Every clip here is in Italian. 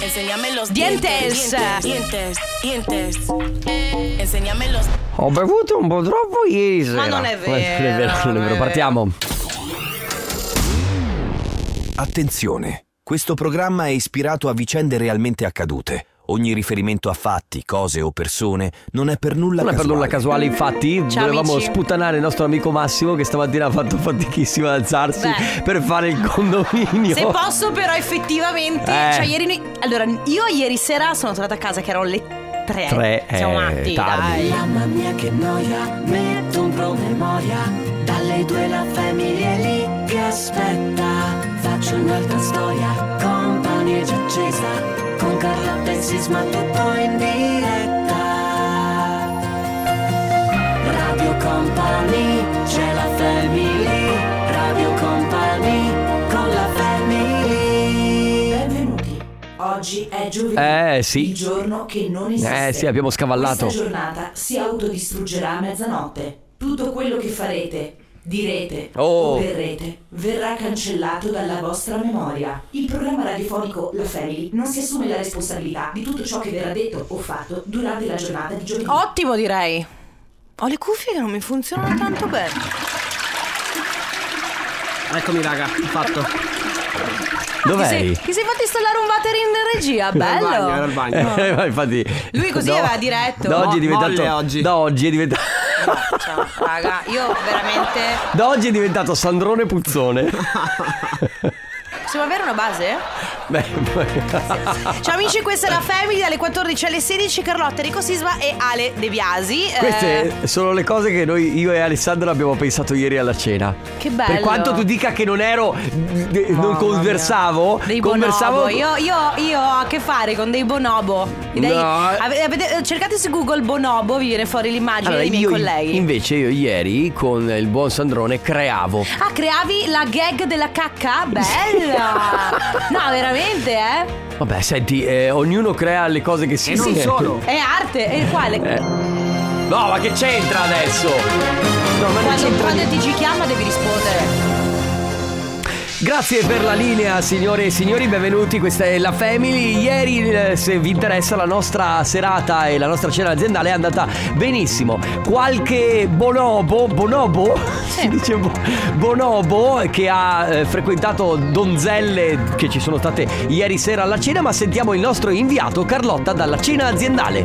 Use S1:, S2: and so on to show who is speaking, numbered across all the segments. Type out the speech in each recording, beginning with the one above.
S1: Enséñame los
S2: Dientes.
S1: dientes. Dientes, dientes. Enséñame los
S3: Ho bevuto un po' troppo ieri sera.
S2: non è
S3: Questo
S2: vero,
S3: non
S2: non
S3: è
S2: è
S3: vero.
S2: vero.
S3: Partiamo.
S4: Attenzione, questo programma è ispirato a vicende realmente accadute. Ogni riferimento a fatti, cose o persone non è per nulla
S3: Non è per
S4: casuale.
S3: nulla casuale, infatti,
S2: Ciao,
S3: volevamo
S2: amici.
S3: sputtanare il nostro amico Massimo che stamattina ha fatto fatichissimo ad alzarsi
S2: Beh.
S3: per fare il condominio.
S2: Se posso però effettivamente
S3: Eh.
S2: Cioè ieri noi Allora io ieri sera sono tornata a casa che erano le 3
S3: Tre,
S2: Siamo
S3: eh,
S2: matti
S3: tardi.
S2: dai
S5: Mamma mia che noia, metto un promemoria. Dalle due la famiglia è lì che aspetta. Faccio un'altra storia, compagnia già accesa. Con Carlotta e Sisma tutto in diretta. Radio Company, c'è la family. Radio Company, con la family. Benvenuti. Oggi è giovedì.
S3: Eh, sì.
S5: Il giorno che non esiste.
S3: Eh sì, abbiamo scavallato.
S5: Questa giornata si autodistruggerà a mezzanotte. Tutto quello che farete, direte
S3: Oh.
S5: o berrete verrà cancellato dalla vostra memoria. Il programma radiofonico La Family non si assume la responsabilità di tutto ciò che verrà detto o fatto durante la giornata di giovedì.
S2: Ottimo direi Ho le cuffie che non mi funzionano tanto bene
S6: Eccomi raga, fatto.
S2: Ti
S3: Dov'eri?
S2: sei, ti sei fatto installare un water in
S6: Era
S2: regia
S6: al
S2: Bello
S6: bagno, era al bagno.
S3: Eh, ma infatti,
S2: Lui così aveva diretto.
S3: Da oggi è
S6: Mo- molle
S3: diventato.
S6: oggi.
S3: Da oggi è diventato.
S2: Ciao, raga, io veramente.
S3: da oggi è diventato Sandrone Puzzone.
S2: Possiamo avere una base?
S3: Beh,
S2: Ciao amici, questa è la Family dalle 14 alle 16. Carlotta, Enrico Sisma e Ale De Biasi. Eh,
S3: queste sono le cose che noi, io e Alessandro abbiamo pensato ieri alla cena.
S2: Che bello.
S3: Per quanto tu dica che non ero. d- non conversavo.
S2: Dei
S3: conversavo.
S2: bonobo. Io, io- io ho a che fare con dei bonobo. Dei-
S3: No. eh.
S2: ave- avete- eh, cercate su Google bonobo, vi viene fuori l'immagine
S3: Allora,
S2: dei miei
S3: io
S2: colleghi.
S3: invece io ieri con il buon Sandrone creavo.
S2: Ah, creavi la gag della cacca? Bella! No, veramente, eh?
S3: Vabbè, senti, eh, ognuno crea le cose che si
S6: E non
S3: sente.
S6: solo.
S2: È arte, e quale?
S3: Eh. No, ma che c'entra adesso? No, ma non
S2: Quando,
S3: c'entra
S2: quando ti ci chiama devi rispondere.
S3: Grazie per la linea signore e signori, benvenuti, questa è la Family. Ieri eh, se vi interessa la nostra serata e la nostra cena aziendale è andata benissimo. Qualche bonobo, bonobo, si dice bo- bonobo che ha eh, frequentato donzelle che ci sono state ieri sera alla cena, ma sentiamo il nostro inviato Carlotta dalla cena aziendale.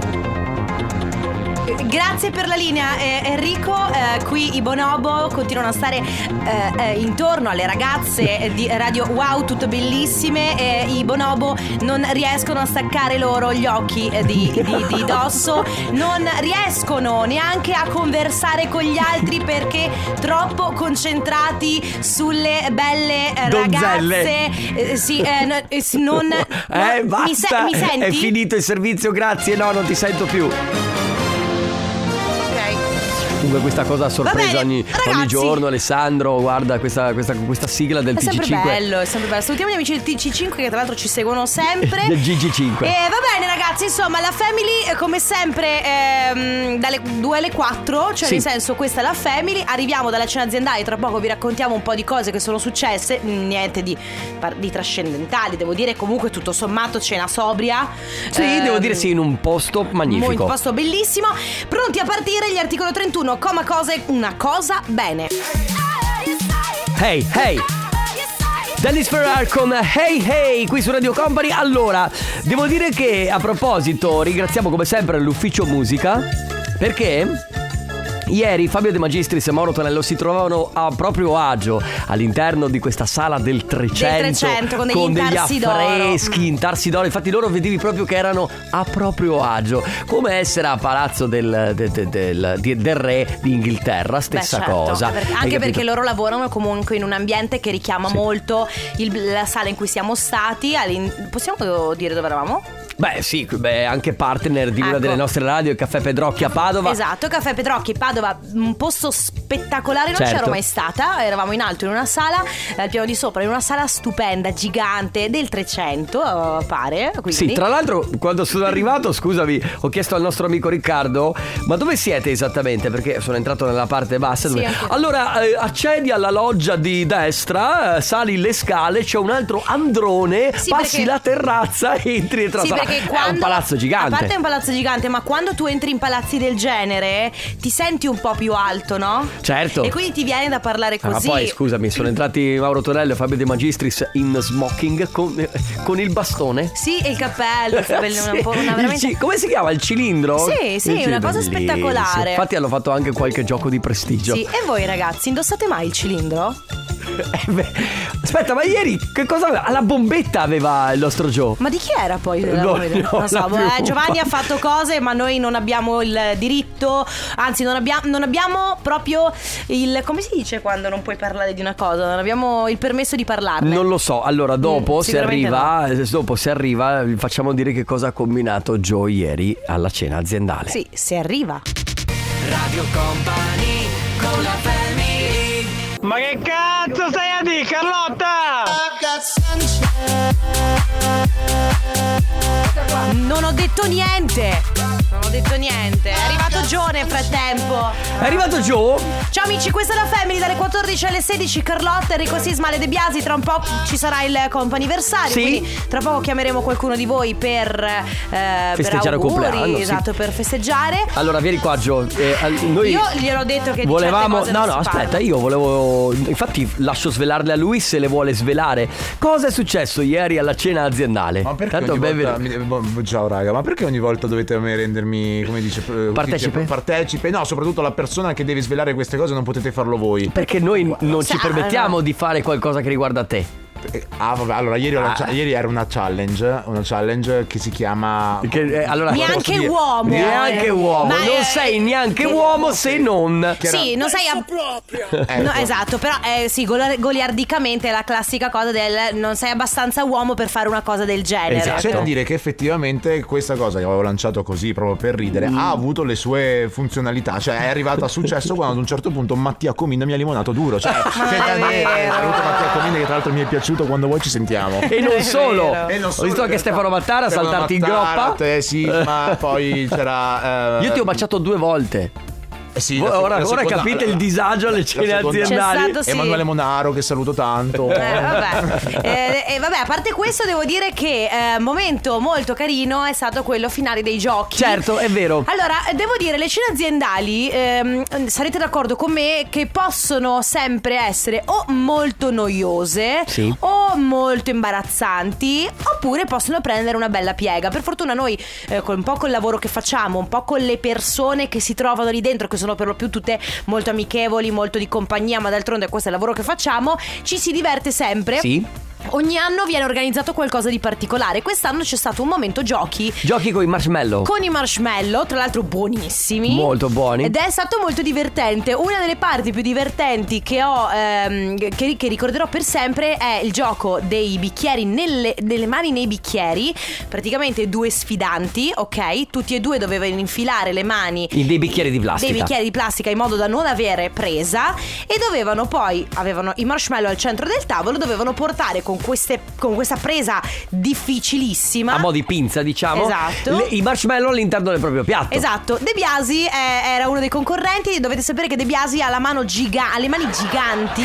S2: Eh, Grazie per la linea eh, Enrico, eh, qui i bonobo continuano a stare eh, eh, intorno alle ragazze eh, di Radio Wow, tutto bellissime, eh, i bonobo non riescono a staccare loro gli occhi eh, di, di- di dosso, non riescono neanche a conversare con gli altri perché troppo concentrati sulle belle eh,
S3: Donzelle.
S2: ragazze. Eh, sì, eh, no, eh, sì, non...
S3: eh,
S2: no, mi, se-
S3: basta,
S2: mi senti?
S3: è finito il servizio, grazie, no, non ti sento più.
S2: Ok.
S3: Comunque questa cosa a sorpresa
S2: bene,
S3: ogni,
S2: ragazzi.
S3: ogni giorno Alessandro guarda questa, questa- questa sigla del
S2: È sempre
S3: TG5
S2: bello, è sempre bello. Salutiamo gli amici del TC5 che tra l'altro ci seguono sempre.
S3: Del GG5.
S2: E va bene ragazzi, insomma, la Family eh, come sempre ehm, dalle 2 alle 4, cioè
S3: Sì.
S2: nel senso questa è la Family, arriviamo dalla cena aziendale, tra poco vi raccontiamo un po' di cose che sono successe, niente di, par- di trascendentali, devo dire comunque tutto sommato cena sobria.
S3: Sì,
S2: Ehm,
S3: devo dire sì, in un posto magnifico
S2: Un posto bellissimo. Pronti a partire gli articolo 31, coma cose, una cosa bene.
S3: Hey, hey Dennis Ferrar con Hey Hey qui su Radio Company Allora, devo dire che a proposito ringraziamo come sempre l'ufficio musica Perché... Ieri Fabio De Magistris e Mauro Tonello si trovavano a proprio agio all'interno di questa sala del 300,
S2: 300, con degli
S3: degli
S2: intarsi d'oro.
S3: affreschi, intarsi d'oro. Infatti loro vedevi proprio che erano a proprio agio, come essere a palazzo del, de- de- del- di- del re d'Inghilterra,
S2: Beh,
S3: stessa
S2: certo,
S3: cosa.
S2: per-
S3: Hai
S2: anche
S3: capito?
S2: perché loro lavorano comunque in un ambiente che richiama molto il- la sala in cui siamo stati. all'in- possiamo dire dove eravamo?
S3: Beh, sì, beh, anche partner di una
S2: Ecco.
S3: delle nostre radio, Caffè Pedrocchi a Padova.
S2: Esatto, Caffè Petrocchi, Padova, un posto spettacolare, non
S3: Certo.
S2: c'ero mai stata, eravamo in alto in una sala, eh, al piano di sopra, in una sala stupenda, gigante, del 300 eh, pare, quindi...
S3: Sì, tra l'altro quando sono arrivato, scusami, ho chiesto al nostro amico Riccardo, ma dove siete esattamente? Perché sono entrato nella parte bassa.
S2: Sì,
S3: dove-
S2: anche-
S3: Allora, eh, accedi alla loggia di destra, eh, sali le scale, c'è un altro androne,
S2: Sì,
S3: passi
S2: perché-
S3: la terrazza e entri dentro
S2: Sì,
S3: la sala.
S2: perché
S3: È
S2: quando,
S3: un palazzo
S2: A parte è
S3: gigante.
S2: un palazzo gigante, ma quando tu entri in palazzi del genere ti senti un po' più alto, no?
S3: Certo.
S2: E quindi ti viene da parlare
S3: Ah, Ma
S2: così.
S3: poi scusami, sono entrati Mauro Tonello e Fabio De Magistris in smoking con, eh, con il bastone.
S2: Sì, e il cappello,
S3: Sì,
S2: sì, una, po- una
S3: il
S2: veramente...
S3: ci- come si chiama? Il cilindro?
S2: Sì, sì,
S3: Il cilindro,
S2: una cosa
S3: bellissimo.
S2: spettacolare.
S3: Infatti hanno fatto anche qualche gioco di prestigio.
S2: Sì, e voi ragazzi, indossate mai il cilindro?
S3: Eh beh, Aspetta, ma ieri che cosa aveva? La bombetta aveva il nostro Joe.
S2: Ma di chi era poi?
S3: Eh, No, no,
S2: non so,
S3: la
S2: boh,
S3: più-
S2: eh, Giovanni ha fatto cose, ma noi non abbiamo il diritto, anzi non, abbia- non abbiamo proprio il... come si dice quando non puoi parlare di una cosa? Non abbiamo il permesso di parlarne.
S3: Non lo so, allora dopo,
S2: Mm,
S3: se
S2: sicuramente
S3: arriva, eh, dopo se arriva vi facciamo dire che cosa ha combinato Joe ieri alla cena aziendale.
S2: Sì, se arriva.
S6: Ma che cazzo stai a dire, Carlotta?
S2: Non ho detto niente. Non ho detto niente. È arrivato Joe nel frattempo.
S3: È arrivato Joe?
S2: Ciao amici, questa è la Family dalle 14 alle 16. Carlotta, Enrico Sisma, Ale De Biasi. Tra un po' ci sarà il comp'anniversario.
S3: Sì.
S2: Quindi tra poco chiameremo qualcuno di voi per eh,
S3: Festeggiare
S2: per
S3: il
S2: auguri,
S3: compleanno, sì.
S2: Esatto, per festeggiare.
S3: Allora vieni qua Joe. Eh, al- noi
S2: Io gliel'ho detto che di
S3: Volevamo,
S2: certe cose
S3: no,
S2: non
S3: no,
S2: si
S3: aspetta, eh.
S2: parla.
S3: io volevo. Infatti, lascio svelarle a lui se le vuole svelare. Cosa è successo ieri alla cena aziendale?
S7: Ma perché
S3: Tanto
S7: ogni
S3: ben
S7: volta,
S3: venuto.
S7: mi- bo- Ciao raga, ma perché ogni volta dovete me rendermi, come dice, eh,
S3: Partecipe?
S7: dice, partecipe? No, soprattutto la persona che deve svelare queste cose non potete farlo voi.
S3: Perché noi non
S2: Sa-
S3: ci permettiamo di fare qualcosa che riguarda te.
S7: Eh, Ah, vabbè, allora ieri, ho lancia- ieri era una challenge, una challenge che si chiama
S3: Che, eh, allora,
S2: Neanche
S7: dire,
S2: uomo. eh.
S3: Neanche uomo,
S2: Ma,
S3: non
S2: eh,
S3: sei neanche uomo se non.
S7: che era-
S2: Sì, non sei ab-
S7: Ecco.
S2: No, esatto, però eh, sì, gola- goliardicamente è la classica cosa del non sei abbastanza uomo per fare una cosa del genere.
S3: Esatto.
S7: C'è da dire che effettivamente questa cosa che avevo lanciato così proprio per ridere ha avuto le sue funzionalità, cioè è arrivata a successo quando ad un certo punto Mattia Comino mi ha limonato duro, cioè
S2: è vero.
S7: saluto Mattia Comino che tra l'altro mi è piaciuto quando vuoi ci sentiamo.
S3: E non solo.
S7: E non
S3: Ho visto anche
S7: solo, Eh, in realtà,
S3: Stefano Mattara
S7: Stefano
S3: saltarti in
S7: Mattara,
S3: groppa.
S7: te, sì, ma poi c'era eh,
S3: Io ti ho baciato due volte.
S7: eh sì,
S3: Voi
S7: la sec-
S3: ora- ora
S7: la seconda-
S3: capite
S7: la-
S3: il disagio alle
S7: la
S3: cene
S7: seconda-
S3: aziendali.
S2: C'è stato, sì.
S7: Emanuele Monaro che saluto tanto.
S2: Eh, vabbè. Eh, eh, vabbè, a parte questo devo dire che eh, momento molto carino è stato quello finale dei giochi.
S3: Certo, è vero.
S2: Allora, eh, devo dire, le cene aziendali, ehm, sarete d'accordo con me, che possono sempre essere o molto noiose,
S3: Sì.
S2: o molto imbarazzanti, oppure possono prendere una bella piega. Per fortuna noi, eh, con un po' col lavoro che facciamo, un po' con le persone che si trovano lì dentro, che sono per lo più tutte molto amichevoli, molto di compagnia, ma d'altronde questo è il lavoro che facciamo, ci si diverte sempre.
S3: Sì.
S2: Ogni anno viene organizzato qualcosa di particolare. Quest'anno c'è stato un momento giochi
S3: Giochi con i marshmallow.
S2: con i marshmallow, tra l'altro buonissimi.
S3: Molto buoni.
S2: Ed è stato molto divertente. Una delle parti più divertenti che ho, ehm, che, che ricorderò per sempre, è il gioco dei bicchieri nelle, delle mani nei bicchieri. Praticamente due sfidanti, ok? Tutti e due dovevano infilare le mani
S3: In dei bicchieri di plastica.
S2: dei bicchieri di plastica in modo da non avere presa e dovevano poi avevano i marshmallow al centro del tavolo dovevano portare con, queste, con questa presa difficilissima
S3: A mo' di pinza, diciamo.
S2: Esatto.
S3: le- I marshmallow all'interno del proprio piatto.
S2: Esatto, De Biasi eh, era uno dei concorrenti, dovete sapere che De Biasi ha, la mano giga- ha le mani giganti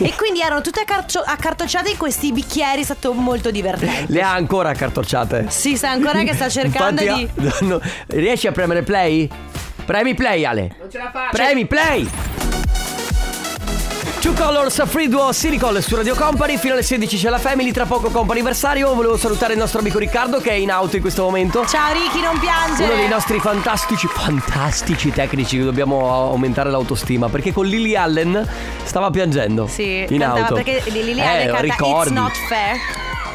S2: e quindi erano tutte accarcio- accartocciate in questi bicchieri, è stato molto divertente.
S3: Le ha ancora cartocciate.
S2: Sì, sa ancora che sta cercando di...
S3: Infatti, ah, no, riesci a premere play? Premi play, Ale. Non ce la faccio. Premi play. Two Colors Free Duo Silicol su Radio Company fino alle 16 c'è la Family tra poco comp'anniversario volevo salutare il nostro amico Riccardo che è in auto in questo momento
S2: Ciao Ricky, non piangere!
S3: uno dei nostri fantastici, fantastici tecnici che dobbiamo aumentare l'autostima perché con Lily Allen stava piangendo
S2: Sì,
S3: in
S2: cantava
S3: auto.
S2: perché Lily
S3: Eh,
S2: Allen canta
S3: ricordi.
S2: It's not fair.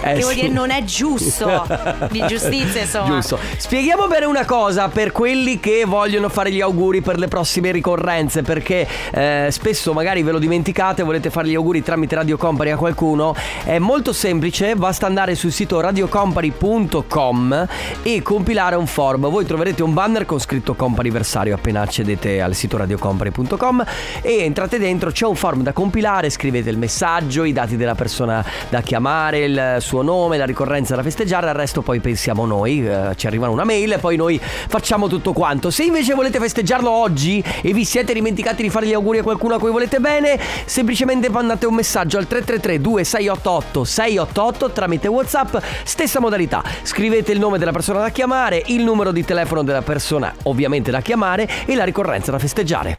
S3: Eh,
S2: che vuol
S3: sì.
S2: dire non è giusto. Di giustizia, insomma.
S3: Giusto. Spieghiamo bene una cosa per quelli che vogliono fare gli auguri per le prossime ricorrenze, perché eh, spesso magari ve lo dimenticate, volete fare gli auguri tramite Radio Company a qualcuno. È molto semplice, basta andare sul sito radiocompany.com e compilare un form. Voi troverete un banner con scritto companiversario appena accedete al sito radiocompany.com e entrate dentro, c'è un form da compilare, scrivete il messaggio, i dati della persona da chiamare, il suo nome, la ricorrenza da festeggiare, al resto poi pensiamo noi, eh, ci arrivano una mail e poi noi facciamo tutto quanto. Se invece volete festeggiarlo oggi e vi siete dimenticati di fare gli auguri a qualcuno a cui volete bene, semplicemente mandate un messaggio al 333 2688 688 tramite WhatsApp, stessa modalità. Scrivete il nome della persona da chiamare, il numero di telefono della persona ovviamente da chiamare e la ricorrenza da festeggiare.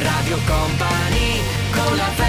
S3: Radio Company con la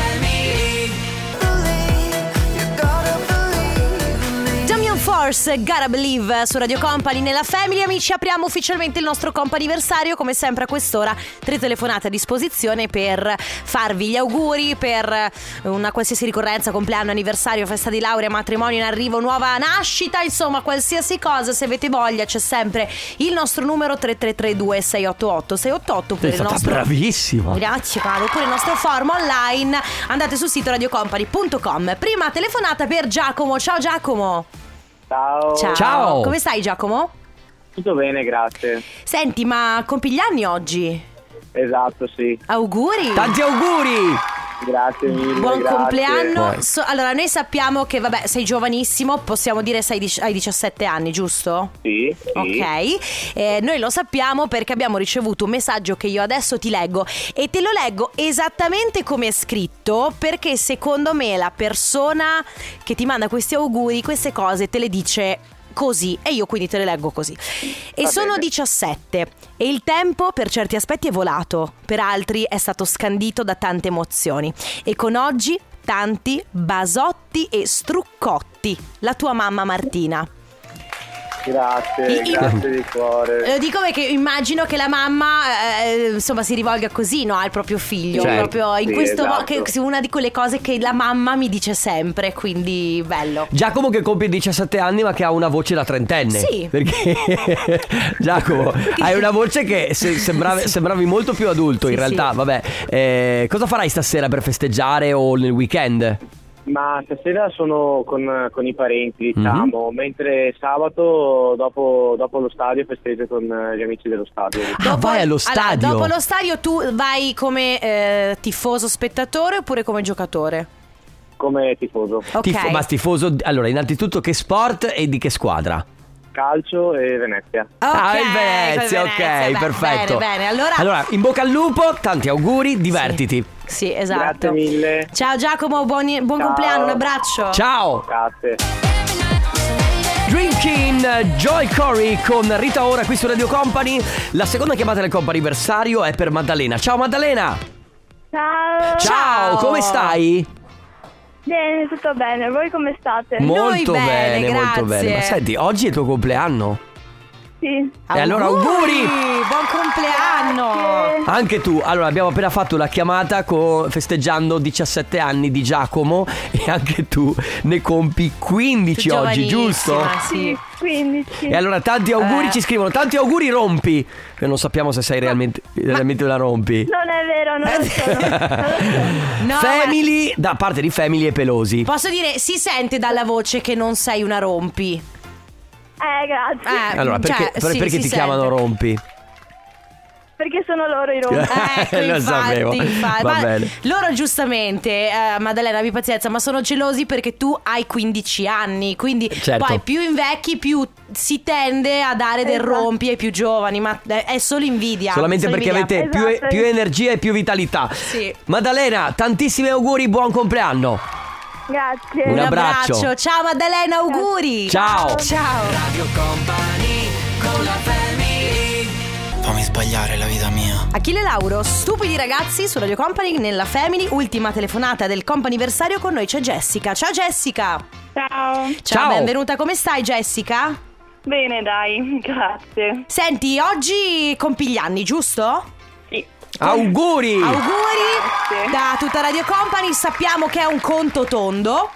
S2: Damian Force, Gotta Believe su Radio Company nella Family Amici apriamo ufficialmente il nostro comp'anniversario come sempre a quest'ora tre telefonate a disposizione per farvi gli auguri per una qualsiasi ricorrenza compleanno, anniversario, festa di laurea, matrimonio in arrivo, nuova nascita insomma qualsiasi cosa se avete voglia c'è sempre il nostro numero 3332 688 688 oppure
S3: Sei
S2: il
S3: stata
S2: nostro
S3: bravissima.
S2: Grazie Paolo, oppure il nostro forum online. Andate sul sito radiocompany.com. Prima telefonata per Giacomo. Ciao Giacomo.
S8: Ciao.
S2: Ciao.
S3: Ciao.
S2: Come stai Giacomo?
S8: Tutto bene, grazie.
S2: Senti, ma compi gli anni oggi?
S8: Esatto, sì.
S2: Auguri.
S3: Tanti auguri!
S8: Grazie mille.
S2: Buon
S8: grazie.
S2: compleanno.
S3: Buon.
S2: So- allora, noi sappiamo che vabbè, sei giovanissimo, possiamo dire sei dic- hai 17 anni, giusto?
S8: Sì, sì.
S2: Ok, Eh, noi lo sappiamo perché abbiamo ricevuto un messaggio che io adesso ti leggo e te lo leggo esattamente come è scritto perché secondo me la persona che ti manda questi auguri, queste cose te le dice così e io quindi te le leggo così. E
S8: Va
S2: sono
S8: bene.
S2: 17 e il tempo per certi aspetti è volato, per altri è stato scandito da tante emozioni e con oggi tanti basotti e struccotti. La tua mamma Martina.
S8: Grazie,
S2: Io-
S8: grazie di cuore.
S2: Lo dico perché immagino che la mamma eh, insomma si rivolga così no, al proprio figlio.
S3: Certo.
S2: proprio in
S8: Sì,
S2: questo mo-
S8: esatto.
S2: che è una di quelle cose che la mamma mi dice sempre, quindi bello.
S3: Giacomo che compie 17 anni ma che ha una voce da trentenne.
S2: Sì.
S3: Perché Giacomo hai una voce che se- sembrava- sembravi molto più adulto in
S2: Sì,
S3: realtà.
S2: sì.
S3: Vabbè, Eh, cosa farai stasera per festeggiare o nel weekend?
S8: Ma stasera sono con, con i parenti, diciamo, mentre sabato dopo, dopo lo stadio festeggio con eh, gli amici dello stadio.
S3: Ah, vai allo
S2: allora,
S3: stadio.
S2: dopo lo stadio tu vai come eh, tifoso spettatore oppure come giocatore?
S8: Come tifoso.
S2: Ok.
S3: Tifo- ma tifoso Allora, innanzitutto che sport e di che squadra?
S8: Calcio e Venezia.
S2: Ok,
S3: ah, il
S2: col
S3: Venezia, ok,
S2: Beh,
S3: perfetto.
S2: Bene, bene. Allora,
S3: in bocca al lupo, tanti auguri, divertiti.
S2: Sì, esatto.
S8: Grazie mille.
S2: Ciao Giacomo, buoni- buon
S8: Ciao.
S2: compleanno, un abbraccio.
S3: Ciao!
S8: Grazie.
S3: Drinking eh, Joy Corey con Rita Ora qui su Radio Company. La seconda chiamata del Company anniversario è per Maddalena. Ciao Maddalena!
S9: Ciao.
S3: Ciao, come stai?
S9: Bene, tutto bene. Voi come state?
S2: Mo-
S3: molto
S2: bene,
S3: bene, molto
S2: grazie.
S3: bene. Ma senti, oggi è il tuo compleanno.
S9: sì.
S3: E allora auguri!
S2: Buon compleanno!
S9: Grazie.
S3: Anche tu, allora abbiamo appena fatto la chiamata co- festeggiando 17 anni di Giacomo e anche tu ne compi 15 oggi, giusto?
S2: Giovanissima,
S9: Sì,
S2: Sì.
S9: 15.
S3: E allora tanti auguri
S2: Eh.
S3: ci scrivono, tanti auguri rompi, che non sappiamo se sei realmente, realmente una rompi.
S9: Non è vero, non lo sono.
S2: No, Eh,
S3: Family da parte di Family e Pelosi.
S2: Posso dire, si sente dalla voce che non sei una rompi.
S9: Eh, grazie.
S2: Eh,
S3: Allora, perché,
S2: cioè,
S3: per-
S2: sì,
S3: perché
S2: si
S3: ti
S2: sente.
S3: chiamano rompi?
S9: Perché sono loro i rompi.
S2: Ecco,
S3: Lo
S2: infatti,
S3: sapevo.
S2: infatti.
S3: Va
S2: Ma
S3: bene.
S2: loro giustamente, eh, Maddalena, abbi pazienza, ma sono gelosi perché tu hai 15 anni, quindi
S3: Certo.
S2: poi più invecchi più si tende a dare del
S9: Esatto.
S2: rompi ai più giovani, ma eh, è è solo invidia.
S3: Solamente
S2: solo
S3: perché
S2: invidia.
S3: avete più,
S9: Esatto.
S3: più energia e più vitalità.
S2: Sì.
S3: Maddalena, tantissimi auguri, buon compleanno.
S9: Grazie.
S3: Un
S2: Un
S3: abbraccio.
S2: abbraccio. Ciao Maddalena, auguri.
S3: Ciao.
S2: Ciao.
S10: Fammi sbagliare la vita mia.
S2: Achille Lauro, stupidi ragazzi su Radio Company nella Family, ultima telefonata del comp'anniversario con noi c'è Jessica. Ciao Jessica.
S9: Ciao.
S3: Ciao.
S2: benvenuta, come stai Jessica?
S9: Bene, dai. Grazie.
S2: Senti, oggi compi gli anni, giusto?
S9: Sì.
S3: Auguri!
S2: Auguri
S9: Grazie.
S2: da tutta Radio Company, sappiamo che è un conto tondo.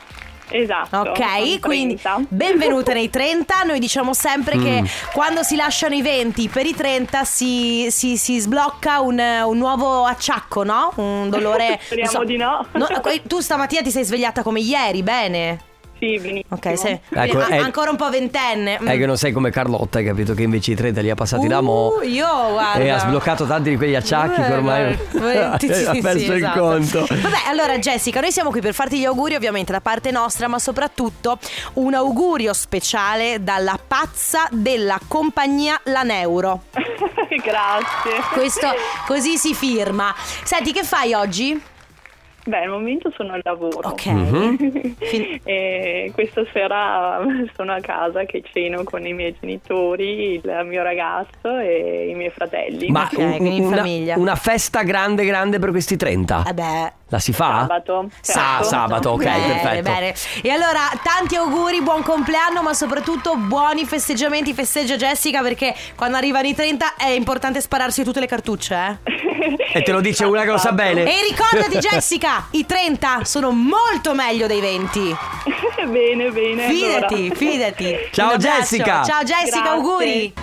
S9: Esatto.
S2: Ok,
S9: sono
S2: quindi
S9: 30.
S2: benvenute nei 30. Noi diciamo sempre che
S9: Mm.
S2: quando si lasciano i 20 per i 30 si, si- si sblocca un, un nuovo acciacco, no? Un dolore.
S9: Speriamo
S2: non
S9: di no.
S2: eh, tu stamattina ti sei svegliata come ieri, bene?
S9: Sì, benissimo.
S2: Ok, sei-
S3: Ecco,
S2: an-
S3: eh,
S2: ancora un po' ventenne. Mm.
S3: È Eh, che non sei come Carlotta, hai capito? Che invece i 30 li ha passati da mo.
S2: Uh, io guarda.
S3: E ha sbloccato tanti di quegli acciacchi che ormai
S2: Eh, sì, sì,
S3: ha
S2: sì,
S3: perso il
S2: esatto.
S3: conto.
S2: Vabbè, allora Jessica, noi siamo qui per farti gli auguri ovviamente da parte nostra, ma soprattutto un augurio speciale dalla pazza della compagnia La Neuro.
S9: Grazie.
S2: Questo così si firma. Senti, che fai oggi?
S9: Beh, al momento sono al lavoro.
S2: Ok. Mhm.
S9: E questa sera sono a casa che ceno con i miei genitori, il mio ragazzo e i miei fratelli.
S3: Ma un-
S2: quindi in
S3: una,
S2: famiglia.
S3: una festa grande, grande per questi 30.
S2: Vabbè.
S3: La si fa?
S9: Eh, Sabato.
S3: Ah, sabato, ok,
S2: eh Bene,
S3: perfetto.
S2: Bene. E allora, tanti auguri, buon compleanno, ma soprattutto buoni festeggiamenti. Festeggia Jessica perché quando arrivano i 30 è importante spararsi tutte le cartucce. Eh?
S3: E te lo dice una che lo sa bene.
S2: E ricordati, Jessica, i 30 sono molto meglio dei 20.
S9: bene, bene.
S2: Fidati,
S9: allora.
S2: fidati.
S3: Ciao,
S2: Un abbraccio.
S3: Jessica.
S2: Ciao, Jessica,
S9: Grazie.
S2: auguri.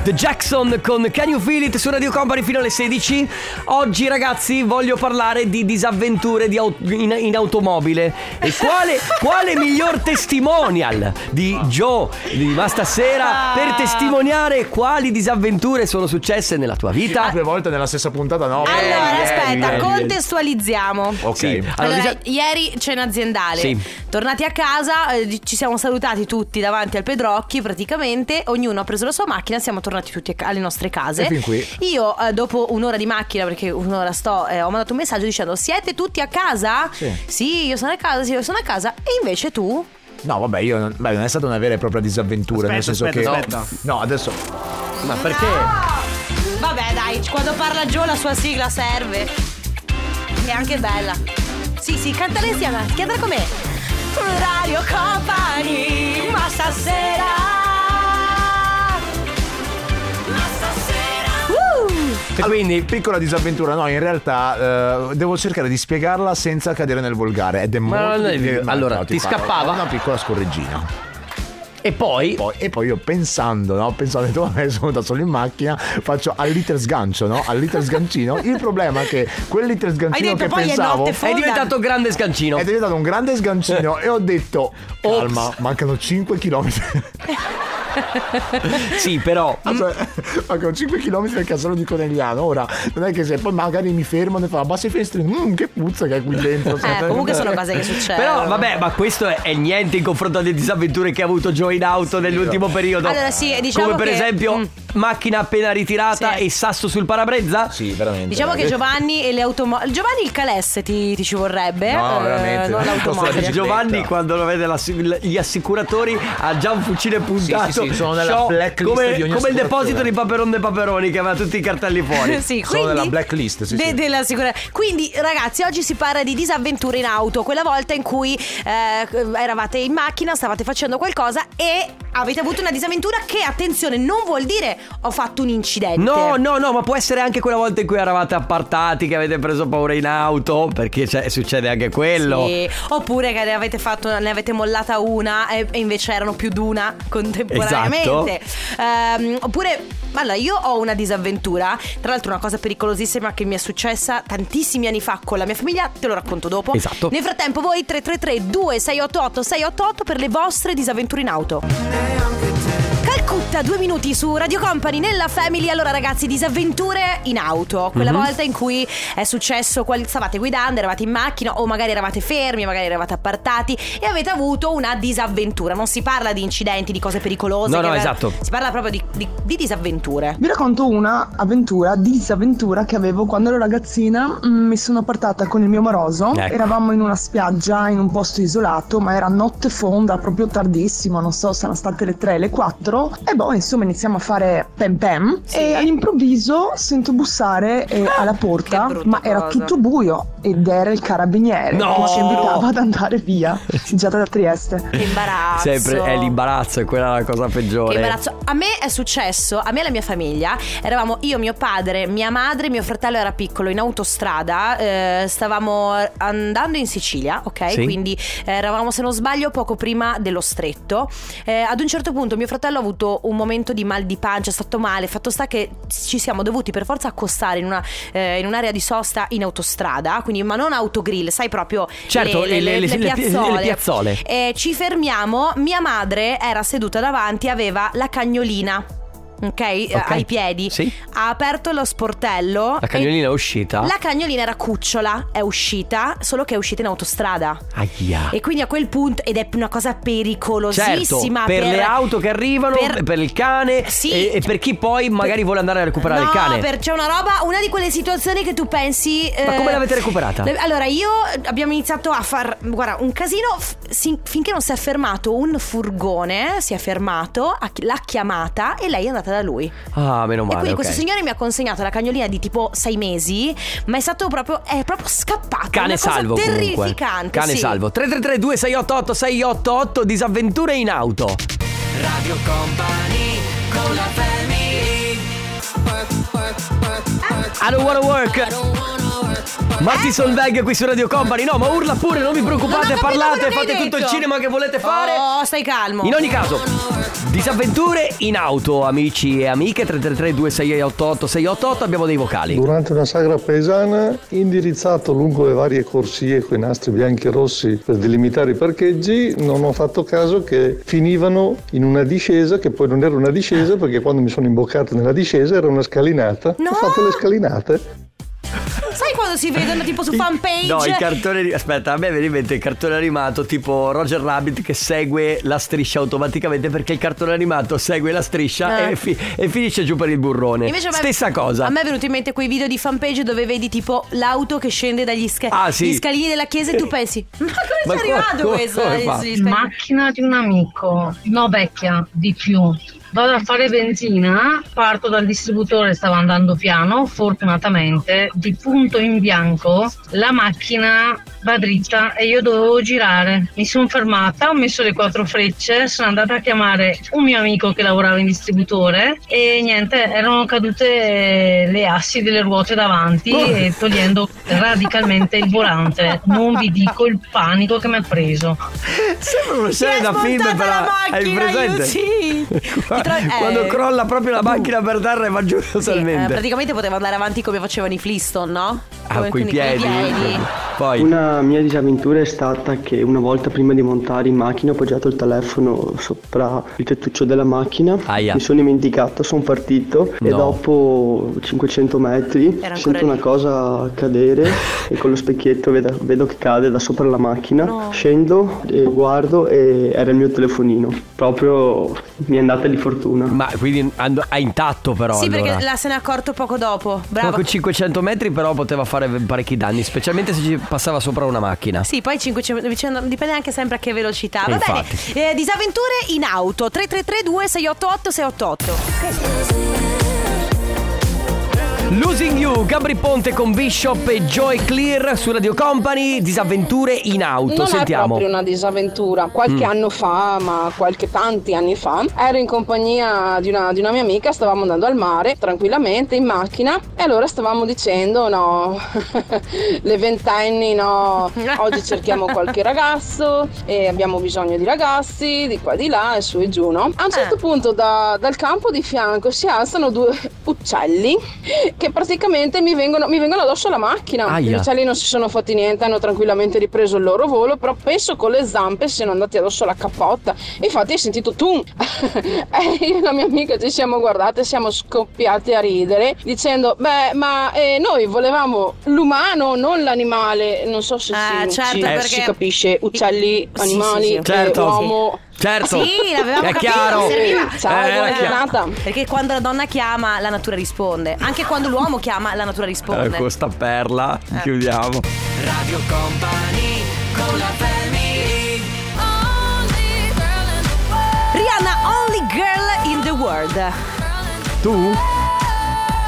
S3: The Jackson con Can You Feel It su Radio Company fino alle 16. Oggi ragazzi voglio parlare di disavventure di au- in, in automobile. E quale, quale miglior testimonial di Joe di ma stasera per testimoniare quali disavventure sono successe nella tua vita?
S7: Ah, Due volte nella stessa puntata, no?
S2: Allora,
S7: Eh,
S2: aspetta,
S7: eh,
S2: contestualizziamo.
S7: Ok.
S3: Sì.
S2: Allora,
S3: Allora, disa-
S2: ieri cena aziendale.
S3: Sì.
S2: Tornati a casa, eh, di- ci siamo salutati tutti davanti al Pedrocchi, praticamente. Ognuno ha preso la sua macchina, siamo tornati tutti a ca- alle nostre case.
S7: E fin qui.
S2: Io, eh, dopo un'ora di macchina, perché un'ora sto, eh, ho mandato un messaggio dicendo: Siete tutti a casa?
S7: Sì.
S2: io sono a casa, sì, io sono a casa. E invece tu?
S7: No, vabbè, io non, beh, non è stata una vera e propria disavventura. nel senso
S10: aspetta,
S7: che.
S10: aspetta.
S7: No, adesso.
S3: ma perché?
S2: Vabbè, dai, quando parla Gio la sua sigla serve. È anche bella. Sì, sì, cantala insieme, cantala con me. Radio Company, ma stasera. Ma stasera. Uh!
S7: E quindi, piccola disavventura, no, in realtà eh, devo cercare di spiegarla senza cadere nel volgare. Ed è molto
S3: non è vero.
S7: ma
S3: Allora, ti
S7: parlo,
S3: scappava?
S7: è Una piccola scorreggina.
S3: E poi
S7: Poi- e poi io pensando, no? Pensando, ho detto, vabbè, sono da solo in macchina, faccio al liter sgancio, no? Al liter sgancino. Il problema è che quel liter sgancino
S2: detto,
S7: che
S2: poi è
S7: pensavo.
S2: notte
S3: è
S2: Fonda.
S3: diventato grande scancino.
S7: È diventato un grande sgancino e ho detto: Calma, mancano 5 km.
S2: Mm.
S3: Sì, però
S7: Cioè, mancano 5 km al casello di Conegliano. Ora, non è che se poi magari mi fermano e fanno abbassa i finestrini, "Mm, che puzza che è qui dentro.
S2: Eh, comunque sono cose che succedono.
S3: Però vabbè, ma questo è, è niente in confronto alle disavventure che ha avuto Joe in auto nell'ultimo periodo.
S2: Allora, sì, diciamo
S3: Come per
S2: che-
S3: esempio
S2: Mm.
S3: macchina appena ritirata
S2: Sì.
S3: e sasso sul parabrezza?
S7: Sì, veramente.
S2: Diciamo che Giovanni e le automobili. Giovanni il calesse ti, ti ci vorrebbe.
S7: No,
S2: eh,
S7: veramente,
S2: Non
S7: non posso
S2: l'automobile.
S7: dire.
S3: Giovanni
S7: Aspetta.
S3: quando lo vede la- gli assicuratori ha già un fucile puntato
S7: sì, sì, sono nella
S3: Ciò-
S7: blacklist
S3: come,
S7: di ogni
S3: come il
S7: assicurazione.
S3: deposito di Paperon de Paperoni che aveva tutti i cartelli fuori
S2: Sì,
S7: Sono
S2: quindi-
S7: nella blacklist, sì,
S2: de-
S7: sì.
S2: della sicura- Quindi, ragazzi, oggi si parla di disavventure in auto. Quella volta in cui eh, eravate in macchina, stavate facendo qualcosa e avete avuto una disavventura che, attenzione, non vuol dire ho fatto un incidente.
S3: No, no, no, ma può essere anche quella volta in cui eravate appartati, che avete preso paura in auto, perché c'è- succede anche quello.
S2: Sì. Oppure che ne avete, fatto, ne avete mollata una e, e invece erano più di una contemporaneamente.
S3: Esatto.
S2: Ehm, oppure, allora io ho una disavventura, tra l'altro una cosa pericolosissima che mi è successa tantissimi anni fa con la mia famiglia, te lo racconto dopo.
S3: Esatto.
S2: Nel frattempo voi 333 2688 688 per le vostre disavventure in auto. Calcutta, due minuti su Radio Company nella Family. Allora, ragazzi, disavventure in auto. Quella
S3: Mhm.
S2: volta in cui è successo, qual- stavate guidando, eravate in macchina o magari eravate fermi, magari eravate appartati e avete avuto una disavventura. Non si parla di incidenti, di cose pericolose.
S3: No,
S2: che
S3: no,
S2: aveva-
S3: esatto.
S2: Si parla proprio di, di- di disavventure.
S11: Vi racconto una avventura, disavventura che avevo quando ero ragazzina. Mm, Mi sono portata con il mio moroso.
S3: Ecco.
S11: Eravamo in una spiaggia, in un posto isolato, ma era notte fonda, proprio tardissimo, non so, saranno state le 3, le 4. E boh, insomma, iniziamo a fare pem pem. E all'improvviso sento bussare eh, alla porta, ma era
S12: cosa.
S11: tutto buio ed era il carabiniere
S3: No!
S11: che ci invitava ad andare via, già da Trieste.
S2: Imbarazzo.
S3: Sempre è l'imbarazzo, è quella la cosa
S2: Che
S3: peggiore.
S2: imbarazzo. A me è successo, a me e alla mia famiglia, eravamo io, mio padre, mia madre, mio fratello era piccolo in autostrada, eh, stavamo andando in Sicilia, ok?
S13: Sì.
S2: Quindi eh, eravamo, se non sbaglio, poco prima dello stretto. Eh, ad un certo punto mio fratello ha avuto un momento di mal di pancia, è stato male, fatto sta che ci siamo dovuti per forza accostare in, una, eh, in un'area di sosta in autostrada, quindi ma non autogrill, sai proprio
S3: Certo,
S2: le, le- le- le piazzole.
S3: le piazzole.
S2: Eh, ci fermiamo, mia madre era seduta davanti, aveva la cagnolina. Ok, eh,
S3: Ok.
S2: ai piedi.
S3: Sì.
S2: Ha aperto lo sportello.
S3: La cagnolina è uscita.
S2: e- La cagnolina era cucciola, è uscita, solo che è uscita in autostrada.
S3: Aia.
S2: E quindi a quel punto, ed è una cosa
S3: Certo,
S2: pericolosissima
S3: per, le auto che arrivano, per,
S2: per-
S3: il cane
S2: Sì.
S3: e, e per chi poi magari vuole andare a recuperare il
S2: no,
S3: cane.
S2: per- c'è una roba, una di quelle situazioni che tu pensi.
S3: Ma
S2: eh,
S3: come l'avete recuperata?
S2: le- Allora, io abbiamo iniziato a far. Guarda, un casino. f- sin- finché non si è fermato un furgone, si è fermato, ha chi- l'ha chiamata e lei è andata da lui.
S3: Ah, meno
S2: e quindi
S3: male. ok.
S2: questo signore mi ha consegnato la cagnolina di tipo sei mesi, ma è stato proprio. È proprio scappato.
S3: Cane
S2: una cosa
S3: salvo comunque.
S2: Terrificante.
S3: Cane
S2: sì.
S3: salvo. 333 2688 688 disavventure in auto.
S5: Radio Company con la family.
S3: I don't wanna work. Marti Solveig qui su Radio Company. No, ma urla pure, non vi preoccupate,
S2: Non ho capito
S3: parlate,
S2: cosa mi hai
S3: fate tutto il
S2: detto.
S3: cinema che volete fare.
S2: Oh, stai calmo.
S3: In ogni caso, disavventure in auto, amici e amiche 333 2688 688 abbiamo dei vocali.
S14: Durante una sagra paesana, indirizzato lungo le varie corsie con i nastri bianchi e rossi per delimitare i parcheggi, non ho fatto caso che finivano in una discesa, che poi non era una discesa, perché quando mi sono imboccato nella discesa era una scalinata. Ho fatto le scalinate.
S2: Sai quando si vedono tipo su fanpage?
S3: No, il cartone. di- Aspetta, a me viene in mente il cartone animato tipo Roger Rabbit che segue la striscia automaticamente perché il cartone animato segue la striscia
S2: Eh.
S3: e, fi- e finisce giù per il burrone.
S2: Invece a me-
S3: Eh, Stessa cosa.
S2: A me è venuto in mente quei video di fanpage dove vedi tipo l'auto che scende dagli, sca-
S3: Ah, sì.
S2: gli scalini della chiesa e tu pensi: Ma come
S3: Ma
S2: sei
S3: co-
S2: arrivato
S3: co-
S2: questo?
S3: come fa?
S15: Macchina di un amico, no vecchia, di più. Vado a fare benzina, parto dal distributore, stavo andando piano, fortunatamente, di punto in bianco, la macchina va dritta e io dovevo girare. Mi sono fermata, ho messo le quattro frecce, sono andata a chiamare un mio amico che lavorava in distributore e niente, erano cadute le assi delle ruote davanti e togliendo radicalmente il volante. Non vi dico il panico che mi ha preso.
S3: Sembra una scena da film,
S15: smontata
S3: però.
S15: la
S3: hai
S15: macchina,
S3: presente?
S15: io
S3: Qua-
S2: tra- eh.
S3: Quando crolla proprio la macchina per terra e va giù
S2: Eh,
S3: totalmente.
S2: praticamente potevo andare avanti come facevano i Fliston, no?
S3: Ah,
S2: Come-
S3: coi
S2: quindi coi
S3: piedi. Poi.
S16: Una mia disavventura è stata che una volta prima di montare in macchina ho appoggiato il telefono sopra il tettuccio della macchina. Mi sono dimenticato, sono partito e
S17: No.
S16: dopo 500 metri
S17: Era ancora
S16: sento
S17: lì.
S16: una cosa cadere e con lo specchietto vedo, vedo che cade da sopra la macchina. Scendo e guardo e era il mio telefonino. Proprio mi è andata di fortuna.
S3: Ma quindi and- è intatto però
S2: Sì,
S3: allora.
S2: perché la se n'è accorto poco dopo. Bravo.
S3: Poco 500 metri però poteva fare parecchi danni, specialmente se ci passava sopra una macchina.
S2: Sì, poi 500 dicendo- dipende anche sempre a che velocità.
S3: Eh,
S2: Va bene.
S3: infatti.
S2: Eh, disavventure in auto 3332 688 688.
S3: Losing You, Gabri Ponte con Bishop e Joy Clear su Radio Company, disavventure in auto.
S18: Non è
S3: Sentiamo.
S18: proprio una disavventura. Qualche
S3: Mm.
S18: anno fa, ma qualche tanti anni fa, ero in compagnia di una, di una mia amica, stavamo andando al mare tranquillamente in macchina e allora stavamo dicendo no, le ventenni no, oggi cerchiamo qualche ragazzo e abbiamo bisogno di ragazzi, di qua di là e su e giù, no? A un certo punto da- dal campo di fianco si alzano due uccelli che praticamente mi vengono, mi vengono addosso alla macchina.
S19: Aia.
S18: Gli uccelli non si sono fatti niente, hanno tranquillamente ripreso il loro volo, però penso con le zampe siano andati addosso alla cappotta. Infatti hai sentito tu. e io e la mia amica ci siamo guardate, siamo scoppiati a ridere, dicendo, beh, ma eh, noi volevamo l'umano, non l'animale. Non so se si,
S2: certo,
S18: si-
S2: perché-
S18: Eh, si capisce, uccelli,
S2: sì,
S18: animali,
S2: sì.
S18: eh,
S3: Certo.
S18: uomo.
S3: Certo.
S2: Sì, l'avevamo
S3: È
S2: capito,
S3: chiaro.
S2: mi serviva.
S3: Ciao, Eh, era buona chiaro.
S2: Perché quando la donna chiama, la natura risponde. Anche quando l'uomo chiama, la natura risponde.
S3: Eh, questa perla, chiudiamo.
S5: Radio Company con la family.
S2: Rihanna, Only Girl in the World.
S3: Tu?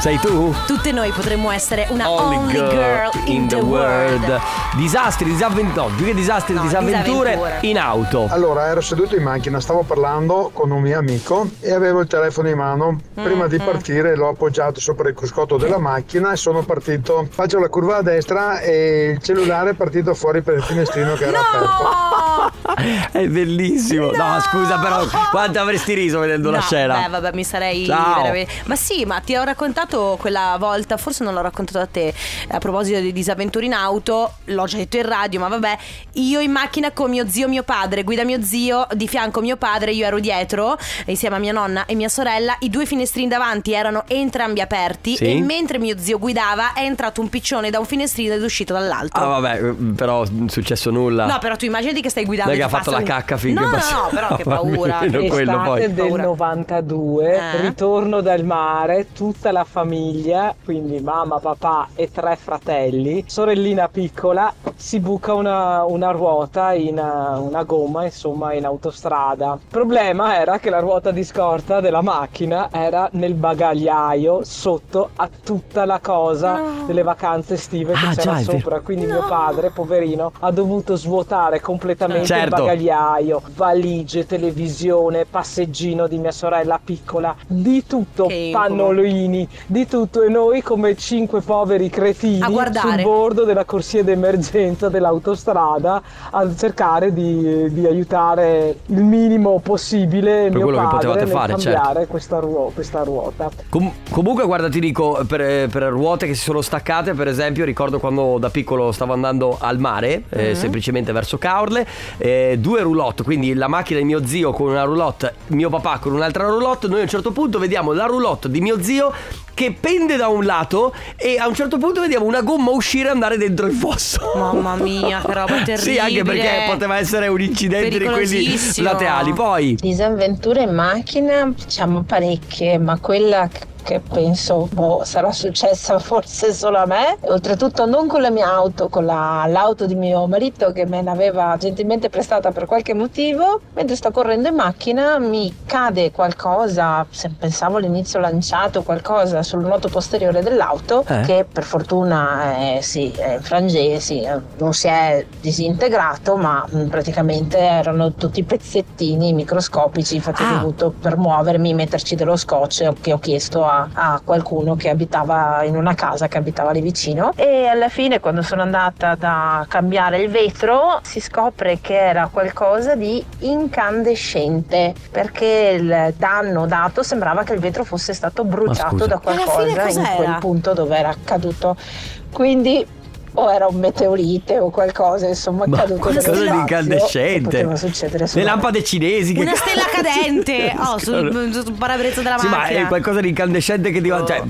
S3: Sei tu?
S2: Tutte noi potremmo essere una only,
S3: Only girl in the world. Disastri, disavventure, no, più che disastri, disavventure
S2: disavventure.
S3: in auto.
S12: Allora, ero seduto in macchina, stavo parlando con un mio amico e avevo il telefono in mano. Prima di partire l'ho appoggiato sopra il cruscotto della macchina e sono partito. Faccio la curva a destra e il cellulare è partito fuori per il finestrino che era aperto.
S3: È bellissimo. No, scusa, però, quanto avresti riso vedendo la
S2: No,
S3: scena?
S2: Beh, vabbè, mi sarei
S3: Ciao.
S2: veramente- Ma sì, ma ti ho raccontato quella volta, forse non l'ho raccontato a te, a proposito di disavventure in auto, l'ho già detto in radio, ma vabbè, io in macchina con mio zio, mio padre, guida mio zio, di fianco mio padre, io ero dietro, insieme a mia nonna e mia sorella, i due finestrini davanti erano entrambi aperti
S3: Sì.
S2: e mentre mio zio guidava è entrato un piccione da un finestrino ed è uscito dall'altro.
S3: Ah, vabbè, però non è successo nulla.
S2: No, però tu immaginati che stai guidando.
S3: Dai che
S2: e
S3: ha
S2: ti
S3: fatto
S2: passa
S3: la
S2: un-
S3: cacca finché
S2: No, no,
S3: passa-
S2: no, però che
S3: Ma
S2: paura.
S3: almeno quello poi.
S13: Estate del 92,
S2: Eh?
S13: ritorno dal mare, tutta la famiglia, quindi mamma, papà e tre fratelli, sorellina piccola, si buca una, una ruota, in, uh, una gomma insomma in autostrada. Il problema era che la ruota di scorta della macchina era nel bagagliaio sotto a tutta la cosa delle vacanze estive che
S3: Ah,
S13: c'era
S3: già, è vero.
S13: sopra, quindi mio padre, poverino, ha dovuto svuotare completamente
S3: Certo.
S13: il bagagliaio, valigie, televisione, passeggino di mia sorella piccola, di tutto, pannolini, di tutto e noi come cinque poveri cretini sul
S2: guardare.
S13: bordo della corsia d'emergenza dell'autostrada a cercare di, di aiutare il minimo possibile mio
S3: quello che
S13: padre
S3: potevate
S13: nel
S3: fare, certo.
S13: cambiare questa, ruo- questa ruota.
S3: Com- comunque, guarda, ti dico, per, per ruote che si sono staccate, per esempio, ricordo quando da piccolo stavo andando al mare, eh,
S17: Mhm.
S3: semplicemente verso Caorle, eh, due roulotte, quindi la macchina di mio zio con una roulotte, mio papà con un'altra roulotte, noi a un certo punto vediamo la roulotte di mio zio che pende da un lato e a un certo punto vediamo una gomma uscire e andare dentro il fosso.
S2: Mamma mia, che roba terribile.
S3: Sì, anche perché poteva essere un incidente di quelli
S19: Pericolosissimo.
S3: laterali. Poi,
S19: Disavventure in macchina, diciamo parecchie, ma quella che penso boh, sarà successa forse solo a me. Oltretutto non con la mia auto, con la- l'auto di mio marito che me l'aveva gentilmente prestata per qualche motivo. Mentre sto correndo in macchina mi cade qualcosa, se pensavo all'inizio lanciato qualcosa sul noto posteriore dell'auto
S20: Eh?
S19: che per fortuna eh, sì, è in frange- sì, eh, non si è disintegrato, ma mm, praticamente erano tutti pezzettini microscopici. Infatti, ho dovuto per muovermi metterci dello scotch che ho chiesto a, a qualcuno che abitava in una casa che abitava lì vicino. E alla fine, quando sono andata da cambiare il vetro, si scopre che era qualcosa di incandescente perché il danno dato sembrava che il vetro fosse stato bruciato
S21: scusa.
S19: da
S21: E alla fine
S19: qualcosa in
S21: cos'era?
S19: quel punto dove era accaduto. Quindi o era un meteorite o qualcosa, insomma,
S3: Ma
S19: caduto
S3: qualcosa
S19: nello
S3: di
S19: spazio,
S3: incandescente.
S19: che Poteva succedere
S3: le
S19: solo a me.
S3: lampade cinesi che
S2: Una stella cadente oh, sul,
S3: Scusa.
S2: sul parabrezza della
S3: Sì, ma
S2: macchina.
S3: è qualcosa di incandescente che ti va- cioè,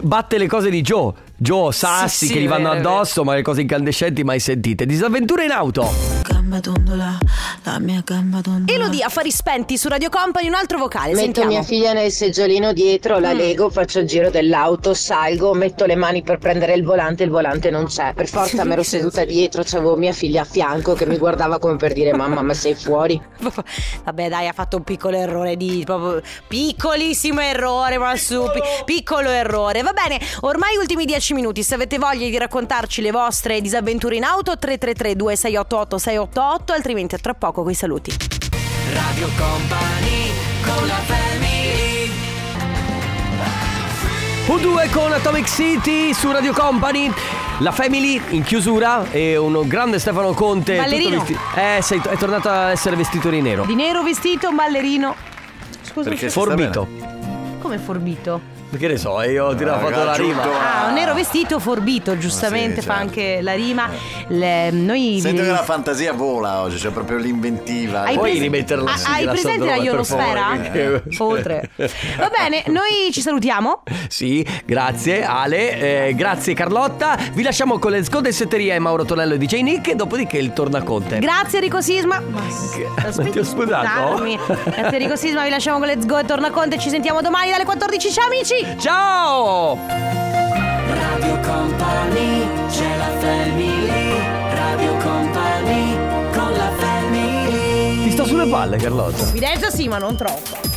S3: batte le cose di Joe. Joe, sassi
S2: sì,
S3: che gli vanno
S2: vero, vero.
S3: addosso, ma le cose incandescenti mai sentite. Disavventure in auto.
S22: Gamba dondola, la mia gamba dondola.
S2: Elodie, affari spenti su Radio Company, un altro vocale.
S22: Metto
S2: sentiamo.
S22: mia
S19: figlia nel seggiolino dietro,
S21: Mm.
S19: la lego, faccio il giro dell'auto, salgo, metto le mani per prendere il volante, il volante non c'è. Per forza me ero seduta dietro, c'avevo mia figlia a fianco che mi guardava come per dire mamma ma sei fuori.
S2: Vabbè, dai, ha fatto un piccolo errore di proprio piccolissimo errore, ma su, pi- piccolo errore. Va bene, ormai ultimi dieci minuti. Se avete voglia di raccontarci le vostre disavventure in auto, 333 2688 688, altrimenti a tra poco coi saluti.
S5: Radio Company con la
S3: U2 con Atomic City su Radio Company. La Family in chiusura e un grande Stefano Conte.
S2: Ballerino.
S3: tutto vesti- eh, sei- è tornato a essere vestito di nero.
S2: Di nero vestito, un ballerino. Scusa, scusa.
S3: forbito.
S2: Come forbito?
S3: Che ne so, io ho tirato fatto la rima.
S2: Ah, un nero vestito forbito, giustamente,
S23: sì, certo.
S2: fa anche la rima. Le- noi
S23: Sento che la fantasia vola oggi, c'è proprio l'inventiva.
S2: Hai
S23: Puoi
S2: pres-
S23: rimetterla
S2: Ah, hai presente la ionosfera? Oltre. Va bene, noi ci salutiamo.
S3: Sì, grazie Ale, eh, grazie Carlotta. Vi lasciamo con le sconde setteria e Mauro Tonello e DJ Nick. E dopodiché il tornaconte.
S2: Grazie Enrico Sisma.
S3: Ma ti Eh, ho scusato?
S2: Scusatemi. Grazie Enrico Sisma, vi lasciamo con Let's Go e Torna Conte. Ci sentiamo domani dalle 14. Ciao amici!
S3: Ciao!
S5: Radio Company, c'è la family. Radio Company con la family.
S3: Ti sto sulle palle Carlotta.
S2: Fidenza sì, ma non troppo.